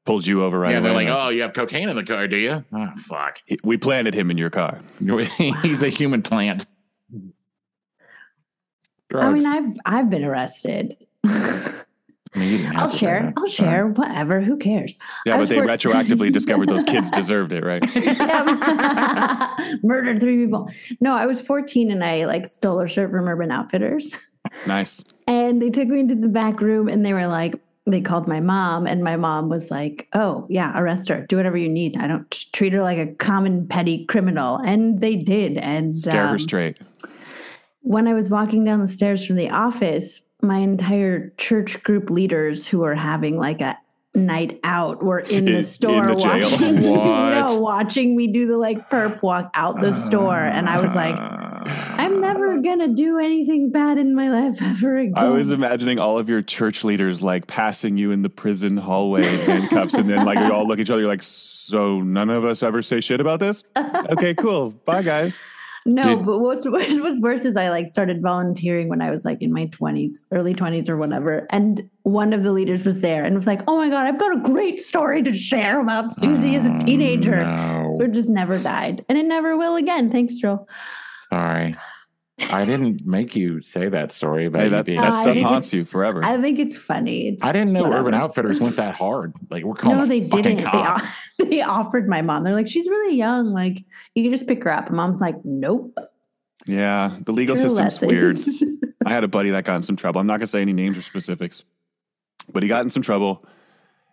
pulled you over right yeah, away. they're like, oh, you have cocaine in the car, do you? Oh, (laughs) fuck. (laughs) He- We planted him in your car. he's a human plant. Drugs. I mean, I've I've been arrested. (laughs) I mean, you didn't have I'll to say share. that. I'll share. Whatever. Who cares? Yeah, I but was they work- retroactively discovered those kids deserved it, right? (laughs) Yeah, (laughs) but- Murdered three people. No, I was 14 and I like stole a shirt from Urban Outfitters. Nice. And they took me into the back room and they were like, they called my mom, and my mom was like, "Oh yeah, arrest her. Do whatever you need. I don't t- treat her like a common petty criminal." And they did. And Stare her um, straight. when I was walking down the stairs from the office, my entire church group leaders who were having like a night out were in (laughs) In- in the store the jail. watching What? no, watching me do the like perp walk out the store. And I was like, I'm never gonna do anything bad in my life ever again. Ah. I was imagining all of your church leaders like passing you in the prison hallway in handcuffs, and then like we all look at each other like, so none of us ever say shit (laughs) about this. Okay, cool. Bye, guys. no, Did- but what's (laughs) what was worse is I like started volunteering when I was like in my twenties, early twenties or whatever. And one of the leaders was there and was like, Oh my god, I've got a great story to share about Susie as a Oh, teenager. no. So it just never died. And it never will again. Thanks, Joel. Sorry. I didn't make you say that story about Hey, you that, being. that I stuff think haunts you forever. I think it's funny. It's I didn't know whatever. Urban Outfitters went that hard. Like we're calling. No, a they fucking didn't. They, cop. off- (laughs) they offered my mom. They're like, she's really young. Like, you can just pick her up. And mom's like, nope. yeah, the legal Your system's weird. lessons." I had a buddy that got in some trouble. I'm not going to say any names or specifics, but he got in some trouble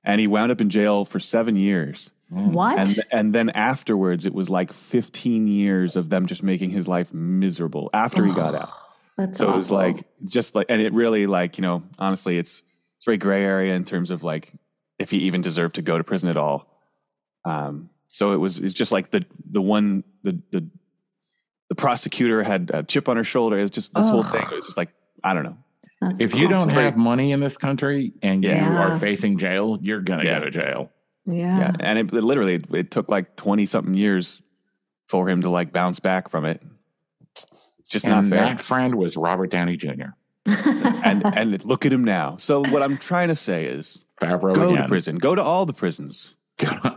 and he wound up in jail for seven years. Mm. (laughs) what? And, and then afterwards, it was like 15 years of them just making his life miserable after he Oh. got out. That's So it was awful. like, just like, and it really, like, you know, honestly, it's, it's very gray area in terms of like if he even deserved to go to prison at all. Um, so it was, it's just like the, the one, the, the, the prosecutor had a chip on her shoulder. It was just this whole Ugh. thing. It was just like, I don't know. That's If you don't awful. have money in this country and you Yeah. are facing jail, you're gonna Yeah. go to jail. yeah. Yeah, and it, it literally it, it took like twenty something years for him to like bounce back from it. It's just and not fair. that friend was Robert Downey Jr. (laughs) and and look at him now. So what I'm trying to say is, Favreau go to again. (laughs) prison. Go to all the prisons.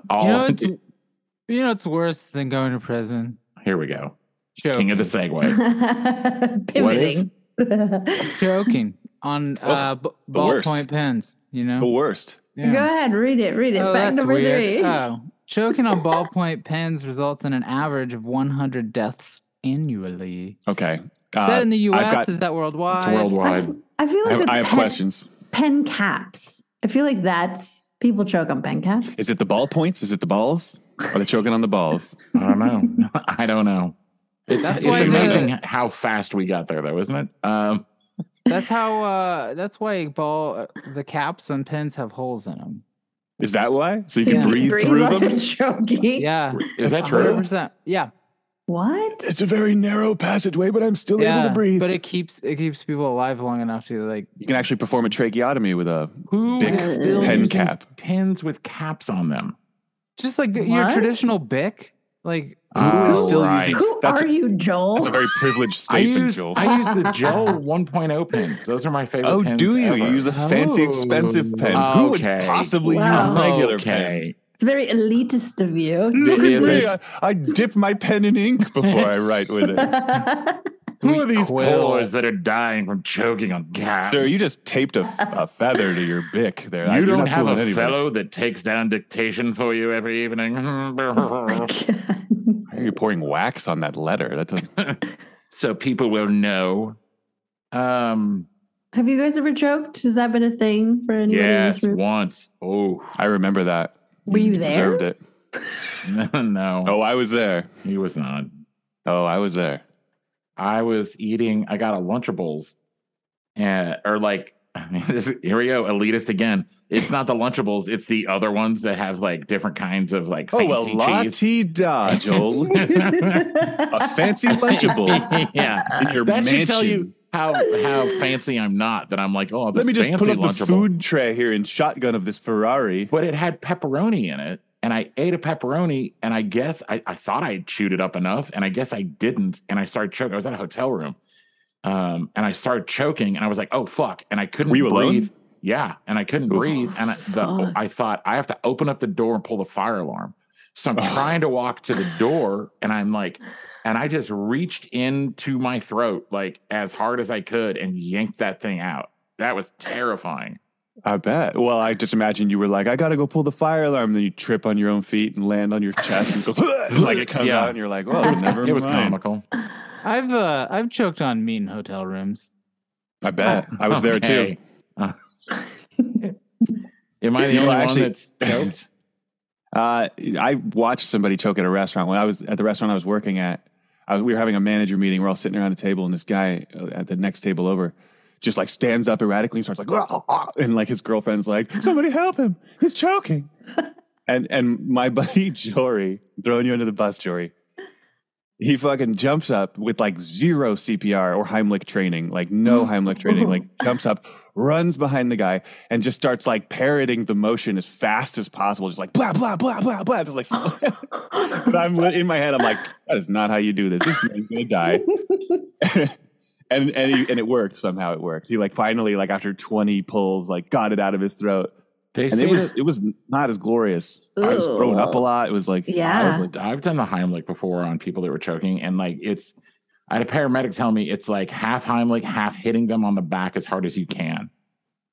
All Oh. you know, it's, you know, it's worse than going to prison. (laughs) here we go. Joking. King of the segue. (laughs) (laughs) Pivoting. joking on uh, b- the worst. ballpoint pens. You The know, worst. Yeah. Go ahead, read it, read it. Oh, Back that's number weird. three. Oh, choking on ballpoint pens results in an average of 100 deaths annually. Okay. Is that Uh, in the U.S. got- is that worldwide? (laughs) It's I, worldwide. f- I feel I, like have- that's I have pen, questions. pen caps. I feel like that's people choke on pen caps. Is it the ball points? Is it the balls? Are they choking on the balls? I don't know. (laughs) I don't know. It's, That's it's why the- amazing how fast we got there, though, isn't it? Um, That's how. Uh, that's why ball the caps on pens have holes in them. Is that why? So you can Yeah. breathe through while them. you're (laughs) choking. Yeah, is that true? 100%. Yeah, What? (laughs) It's a very narrow passageway, but I'm still yeah. able to breathe. But it keeps it keeps people alive long enough to like. you can actually perform a tracheotomy with a Who Bic is still pen using cap. Pins with caps on them. Just like your What? traditional Bic, like Who is still using- Who That's- are you, Joel? That's a very privileged I statement, use, Joel. I use the Joel 1.0 pins. Those (laughs) are my favorite. Oh, pins do you? You ever. use a fancy, Oh. expensive pen. Who would Okay. possibly Wow. use regular Okay. It's very elitist of pen? you. Look It at is. me. I, I dip my pen in ink before I write with it. Who are these Quill. boys that are dying from choking on caps? Sir, you just taped a, a feather to your bick there. You You're don't not have a fooling anybody. fellow that takes down dictation for you every evening. (laughs) Why are you pouring wax on that letter? That doesn't, so people will know. Um, (laughs) Have you guys ever choked? Has that been a thing for anybody in yes, this room? once. Oh, (laughs) I remember that. Were you Deserved there? it. no, Oh, I was there. he was not. Oh, I was there. I was eating, I got a Lunchables, uh, or like, (laughs) I mean, this, here we go, elitist again. It's not the Lunchables, it's the other ones that have like different kinds of like Oh, fancy well, la cheese. ti da, (laughs) Joel. (laughs) a fancy lunchable (laughs) yeah. in your That mansion. should tell you how how fancy I'm not. That I'm like, oh, (laughs) Let me just fancy put up lunchable. the food tray here and shotgun of this Ferrari. But it had pepperoni in it, and I ate a pepperoni, and I guess I, I thought I chewed it up enough, and I guess I didn't, and I started choking. I was at a hotel room, um, and I started choking, and I was like, oh fuck, and I couldn't Were you alone? breathe. Yeah, and I couldn't Oof. breathe, and I, the, Fuck. I thought I have to open up the door and pull the fire alarm. So I'm Oh. trying to walk to (sighs) the door, and I'm like, and I just reached into my throat like as hard as I could and yanked that thing out. That was terrifying. I bet. Well, I just imagine you were like, I gotta go pull the fire alarm. Then you trip on your own feet and land on your chest and go (laughs) like it comes Yeah. out, and you're like, "Well, never it was mind." comical. I've uh, I've choked on meat in hotel rooms. I bet I was there Okay. too. Uh, (laughs) Am I the You know, only one actually- that's choked? Uh, I watched somebody choke at a restaurant when I was at the restaurant I was working at. I was, we were having a manager meeting. We're all sitting around a table, and this guy uh, at the next table over just like stands up erratically and starts like, "Ah, ah," and like his girlfriend's like, "Somebody help him! He's choking!" and and my (laughs) buddy Jory, throwing you under the bus, Jory, he fucking jumps up with like zero CPR or Heimlich training, like no Heimlich training, like jumps up, runs behind the guy, and just starts like parroting the motion as fast as possible, just like blah blah blah blah blah. Just like, but I'm li- in my head, I'm like, that is not how you do this. This man's gonna die. (laughs) and and he, and it worked somehow. It worked. He like finally like after 20 pulls, like got it out of his throat, They and say it was that- it was not as glorious. I was throwing up a Ugh. lot. It was like, I Yeah. was like, I've done the Heimlich before on people that were choking, and like it's. I had a paramedic tell me it's like half Heimlich, half hitting them on the back as hard as you can.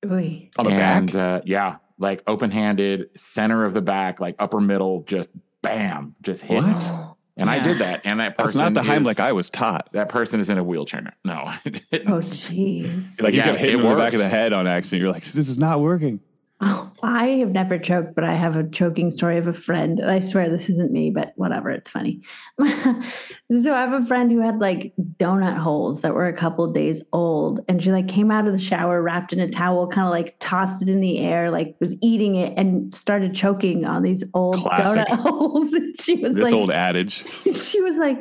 Oy. on the and, back. Uh, yeah, like open handed, center of the back, like upper middle, just bam, just hit. What? And I Yeah. did that. And that That's person. not the is- Heimlich I was taught. that person is in a wheelchair. No. I didn't. Oh, jeez. Like Yeah, you kept it hitting him in the back worked. of the head on accident. You're like, this is not working. Oh, (laughs) I have never choked, but I have a choking story of a friend. And I swear this isn't me, but whatever, it's funny. (laughs) so I have a friend who had like donut holes that were a couple days old. And she like came out of the shower wrapped in a towel, kind of like tossed it in the air, like was eating it and started choking on these old Classic. donut (laughs) holes. and she was this like, old adage. (laughs) she was like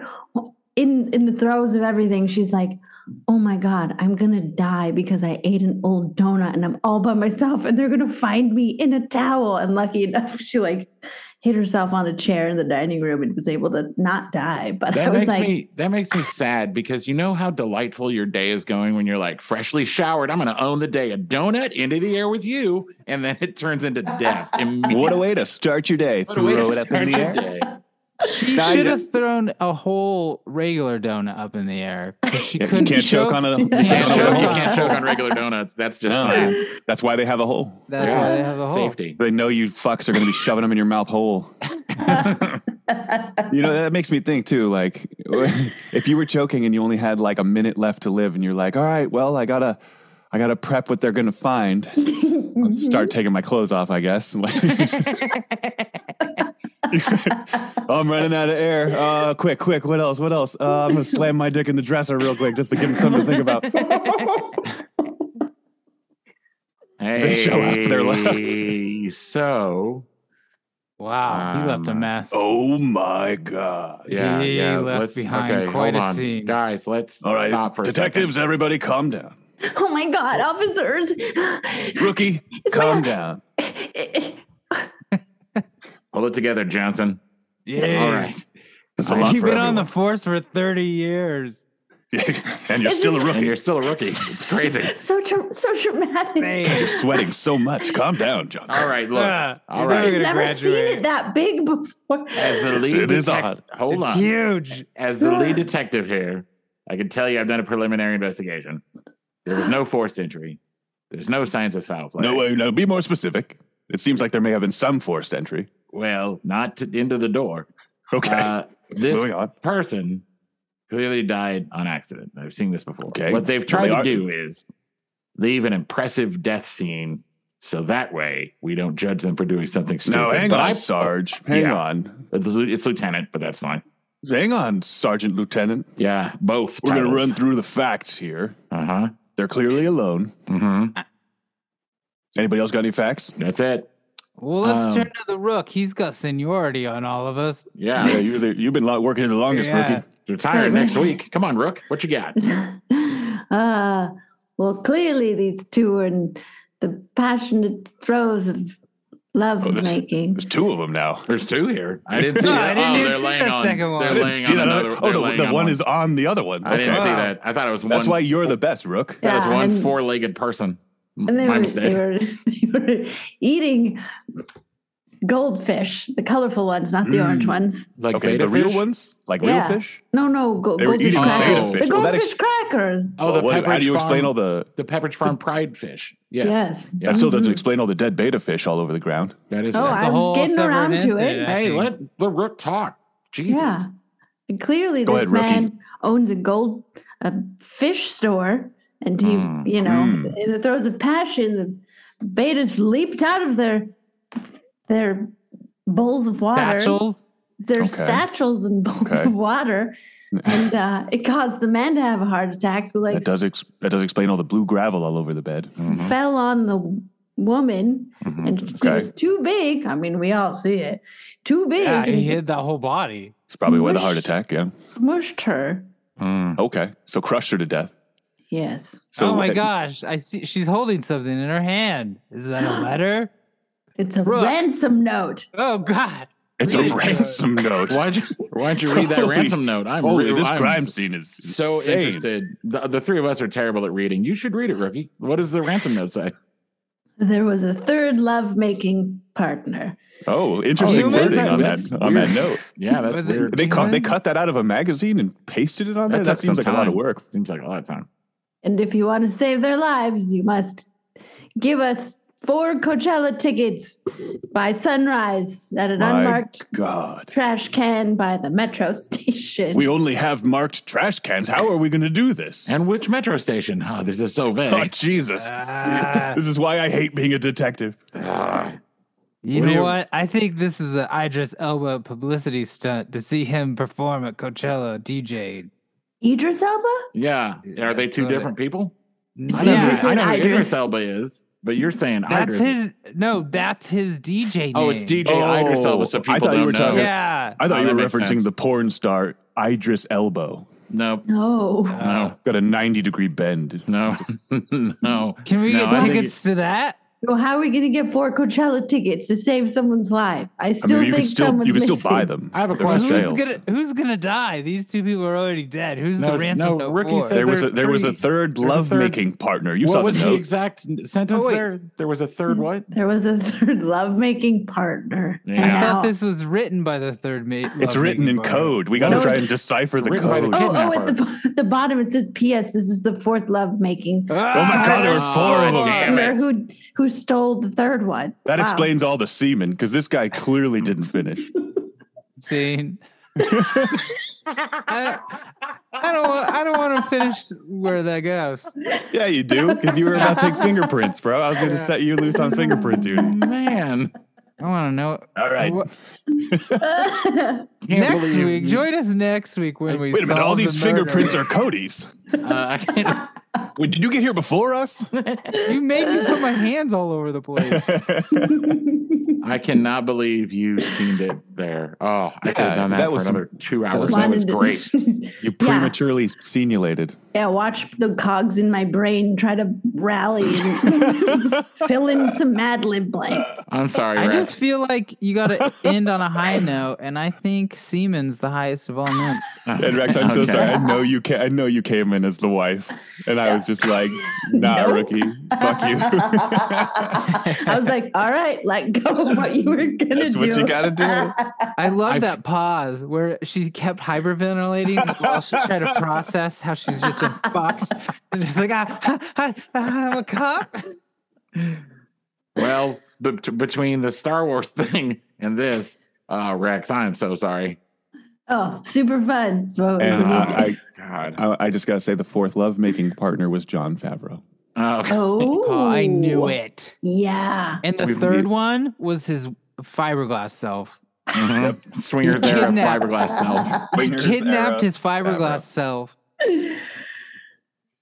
in in the throes of everything she's like oh my god i'm gonna die because i ate an old donut and i'm all by myself and they're gonna find me in a towel and lucky enough (laughs) she like hit herself on a chair in the dining room and was able to not die but i That was makes like me that makes me sad because you know how delightful your day is going when you're like freshly showered. I'm gonna own the day. A donut into the air with you, and then it turns into (laughs) death. immediately. What a way to start your day. What a Throw way to it up in start the your day. air. She Now should you- have thrown a whole regular donut up in the air. 'cause She (laughs) Yeah, you couldn't can't choke, on a, (laughs) you You can't can't, choke choke, on a you hole. can't choke on regular donuts. That's just No. sad. That's why they have a hole. That's Yeah. why they have a Oh. hole. safety. They know you fucks are going to be shoving them in your mouth hole. you know, that makes me think too. Like, (laughs) if you were choking and you only had like a minute left to live, and you're like, all right, well, I got to. I gotta prep what they're gonna find. I'll just start taking my clothes off, I guess. (laughs) I'm running out of air. Uh, quick, quick. What else? What else? Uh, I'm gonna slam my dick in the dresser real quick just to give them something to think about. Hey, They show up, they're so Wow, he left a Um, mess. Oh my god! yeah, He yeah. left let's behind okay, quite hold a on. scene. guys. Let's All right, stop for a second. detectives, everybody, calm down. oh my god officers (laughs) Rookie, It's calm my- down. Hold it together, Johnson. yeah. All right, (laughs) There's a Like, lot you've for been on everyone. the force for 30 years. (laughs) and you're It's still just- a and (laughs) rookie. (laughs) you're still a rookie. It's (laughs) crazy. so tra- so dramatic You're sweating so much. Calm down, Johnson. All right, look. Ah, all you're right. never I've gonna never graduate. seen it that big before As the (laughs) It's- lead it is detec- odd. hold it's on. huge. As the lead detective here, I can tell you I've done a preliminary investigation. There was no forced entry. There's no signs of foul play. No, uh, no, be more specific. It seems like there may have been some forced entry. Well, not to, into the door. Okay. Uh, this Moving on. person clearly died on accident. I've seen this before. Okay. What they've Well, tried they are- to do is leave an impressive death scene so that way we don't judge them for doing something stupid. Now, hang But on, I- Sarge. Hang Yeah. on. It's Lu- It's Lieutenant, but that's fine. Hang on, Sergeant Lieutenant. Yeah, both. We're going to run through the facts here. Uh huh. They're clearly alone. hmm Anybody else got any facts? That's it. Well, let's Um, turn to the rook. He's got seniority on all of us. Yeah. Yeah, you're the, you've been lo- working here the longest, Yeah. rookie. Retired next week. Come on, Rook. What you got? (laughs) uh, well, clearly these two are in the passionate throes of love Oh, this- making. There's two of them now. There's two here. I didn't see No, I that. didn't oh, even they're see laying the on, second one. They're I laying didn't see on that. another. Other, they're oh, laying the, on the one is on the other one. I didn't Okay. see Wow. that. I thought it was one. That's why you're the best, Rook. That was Yeah, one and- four-legged person. and they My were, mistake. they, were, (laughs) they were eating goldfish, the colorful ones, not the orange Mm. ones. like okay, the beta real fish? ones, like Yeah. real fish. No, no, go, They were goldfish eating crackers. beta fish. The Well, Oh, that goldfish crackers. Oh, the Well, what- how do you Pepperidge explain Farm- all the? the Pepperidge Farm pride fish? Yes, Yes. That still doesn't Mhm. explain all the dead beta fish all over the ground. that is. Oh, that's- I a whole was getting separate around to incident, it. I hey, think. let the Rook talk. Jesus. Yeah. And clearly, Go this ahead, rookie. man owns a gold a fish store, and he, Mm. you know, Mm. in the throes of passion, the betas leaped out of their their bowls of water, Satchel? their Okay. satchels and bowls Okay. of (laughs) water, and uh, it caused the man to have a heart attack. Who like that does ex- that does explain all the blue gravel all over the bed. Mm, Mhm, fell on the woman, mhm. and she mm-hmm. Okay. was too big. I mean, we all see it. Too big. Yeah, and he he hit that whole body. It's probably why the heart Mush. attack. Yeah. smushed her. Mm. Okay. So crushed her to death. Yes, So oh my uh, gosh! I see she's holding something in her hand. Is (gasps) that a letter? it's a Brooke. ransom note. Oh God! It's a (laughs) Really? ransom note. Why'd you Why'd you read that Holy- ransom note? I'm Holy, re- this I'm crime scene is so insane. interested. The, the three of us are terrible at reading. You should read it, rookie. What does the ransom note say? There was a third lovemaking partner. Oh, interesting Oh, that's- wording on that's that on weird. that note. Yeah, that's Was it- weird. They cut they England? cut that out of a magazine and pasted it on That there. That took some seems like a lot of time. work. Seems like a lot of time. And if you want to save their lives, you must give us four Coachella tickets by sunrise at an My unmarked God. trash can by the metro (laughs) station. We only have marked trash cans. How are we going to do this? And which metro station? Oh, this is so vague. Oh, Jesus. Uh, Ah. (laughs) This is why I hate being a detective. Ah. (laughs) You What do know you- what? I think this is an Idris Elba publicity stunt to see him perform at Coachella DJ. Idris Elba? yeah. Are they That's two what it- different people? I know, Yeah, Idris who, I know who Idris. Idris Elba is, but you're saying that's Idris. his. No, that's his DJ. oh, it's name. DJ Idris Elba. So Oh, I people thought you don't were know. talking- Yeah. I thought Oh, you that were makes referencing sense. the porn star Idris Elbo. No, No. Uh, no, Got a 90 degree bend. no, no. (laughs) Can we No, get I think tickets to that? So how are we going to get four Coachella tickets to save someone's life? I I still mean, you can think still someone's you can still missing. buy them. I have a They're for question. Who's sale. gonna Who's gonna die? These two people are already dead. Who's No, the ransom no, note Ricky for? said- There was a, There's there was a three. third There's a third- lovemaking partner. You what saw the was the note. exact n- sentence Oh, wait. there? There was a third what? There was a (laughs) third lovemaking partner. Yeah. I Yeah. Now- thought this was written by the third mate. it's written in code. We got No, to try it's- and decipher it's the written by the code. kid. Oh, Oh, oh, Kidnapper. at the, bo- (laughs) the bottom it says P.S. This is the fourth lovemaking Ah, Oh my God, there were four of them. Ah, Damn partner it. who who stole the third one. that Wow. (laughs) explains all the semen because this guy clearly didn't finish. (laughs) scene. I, I don't. wa- I don't want to finish where that goes. yeah, you do because you were about to take fingerprints, bro. I was going to Yeah. set you loose on fingerprint duty. Man, I want to know. All right. Wha- Can't next believe- week, join us next week when we. Wait a minute. All solve the these fingerprints murder. are Cody's. Uh, I can't. Wait, did you get here before (laughs) us? You made me (laughs) put my hands all over the place. I cannot believe you seen it there. Oh, I could have Yeah, done that, that for was some- another two was hours. some- That was Wanted- (laughs) great. you prematurely simulated. (laughs) yeah, watch the cogs in my brain try to rally and (laughs) fill in some Mad Lib blanks. I'm sorry, I Rex. just feel like you got to end on a high note, and I think Siemens the highest of all notes. And Rex, I'm so Okay. sorry. I know you ca I know you came in as the wife, and I was just (laughs) like, "Nah, Nope. rookie, fuck you." (laughs) I was like, all right, let go of what you were going to do. That's what you (laughs) gotta do. I love I've- that pause where she kept (laughs) hyperventilating while she tried to process how she's just been fucked. And she's like, ah, ah, ah, ah, I'm a cop. Well, bet between the Star Wars (laughs) thing and this, uh, Rex, I am so sorry. Oh, super fun. So- And uh, (laughs) I, God. I, I just gotta say, the fourth lovemaking partner was John Favreau. (laughs) Oh, oh, Oh, I knew it. Yeah. And the We've- third one was his fiberglass self. mhm. Swingers He there, kidnapped- fiberglass self. Kidnapped his fiberglass self.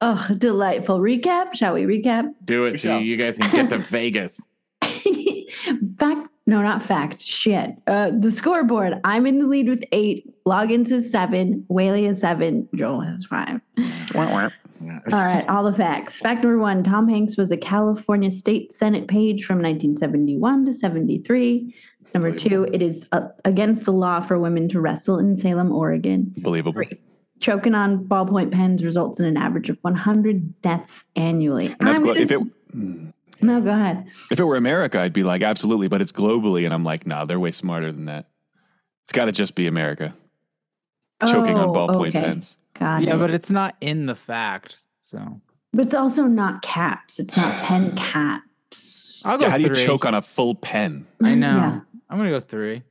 Oh, delightful recap. Shall we recap? Do We it so shall. you guys can get to Vegas. (laughs) fact, no, not fact. Shit. Uh, the scoreboard. I'm in the lead with eight. Login to seven. Whaley has seven. Joel has (laughs) five. All right, all the facts. Fact number one Tom Hanks was a California State Senate page from 1971 to 73. Number two, it is uh, against the law for women to wrestle in Salem, Oregon. Believable. Three, choking on ballpoint pens results in an average of 100 deaths annually. And that's I'm glo- gonna if it s- no, go ahead. if it were America, I'd be like, absolutely, but it's globally, and I'm like, nah, they're way smarter than that. It's got to just be America choking on Oh, ballpoint okay. pens. Got Yeah, it. but But, it's not in the fact. So it's also not caps. It's not pen caps. I'll go Yeah, how do you three. choke on a full pen? I know. Yeah. I'm going to go three.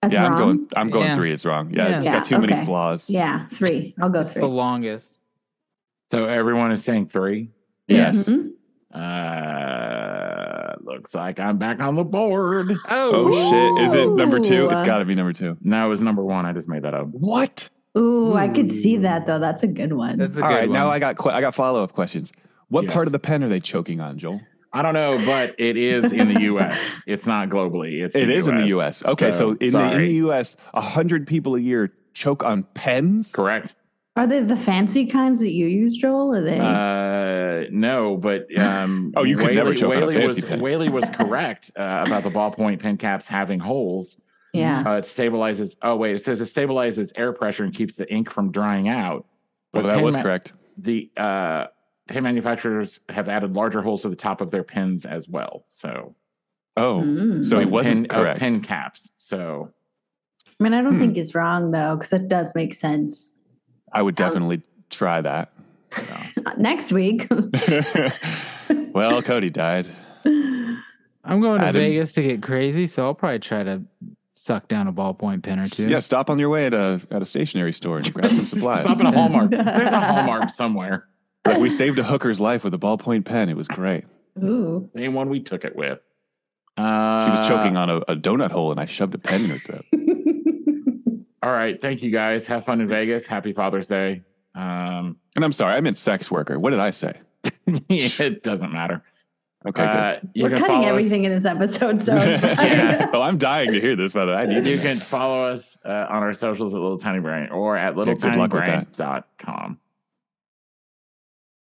That's yeah, wrong. I'm going. I'm going Yeah. three. It's wrong. Yeah, Yeah. it's got too Yeah, many okay. flaws. Yeah, three. I'll go It's the three. longest. Mm-hmm. So everyone is saying three. Yes. Mhm. Uh, it looks like I'm back on the board. Oh shit! Is it number two? Ooh. It's got to be number two. No, it was number one. I just made that up. What? Ooh, I could see Ooh. that though. That's a good one. That's a good All right, one. now I got que- I got follow up questions. What Yes. part of the pen are they choking on, Joel? I don't know, but it is in the U.S. It's not globally. It's It is in the U.S. Okay, so, in, the, in sorry. the U.S., hundred people a year choke on pens. correct. Are they the fancy kinds that you use, Joel? Are they? Uh, no, but um, (laughs) Oh, you could never choke on a fancy was, pen. Whaley (laughs) was correct uh, about the ballpoint pen caps having holes. yeah. Uh, it stabilizes. Oh wait, it says it stabilizes air pressure and keeps the ink from drying out. But Well, that pen was ma- correct. The uh, pen manufacturers have added larger holes to the top of their pens as well. So Oh, Mm. so he of wasn't pen, of correct. Pen caps. So I mean, I don't Hmm. think it's wrong though, because it does make sense. I would definitely try that. (laughs) Uh, Next week, (laughs) well, Cody died. I'm going to Adam- Vegas to get crazy, so I'll probably try to suck down a ballpoint pen or S- two. Yeah, stop on your way at a at a stationery store and grab (laughs) some supplies. stop at a (laughs) Hallmark. There's a Hallmark somewhere. Like, we saved a hooker's life with a ballpoint pen. It was great. ooh, Same one we took it with. Uh, She was choking on a, a donut hole, and I shoved a pen in her throat. All right. Thank you guys. Have fun in Vegas. Happy Father's Day. Um, (laughs) And I'm sorry, I meant sex worker. What did I say? it doesn't matter. Okay, good. Uh, you we're can cutting follow everything in this episode, (laughs) so it's (laughs) fine. (laughs) Yeah. oh, I'm dying to hear this, by the way. I need Us, to you know. can follow us uh, on our socials at Little Tiny Brain or at good luck with that. littleTinyBrain.com.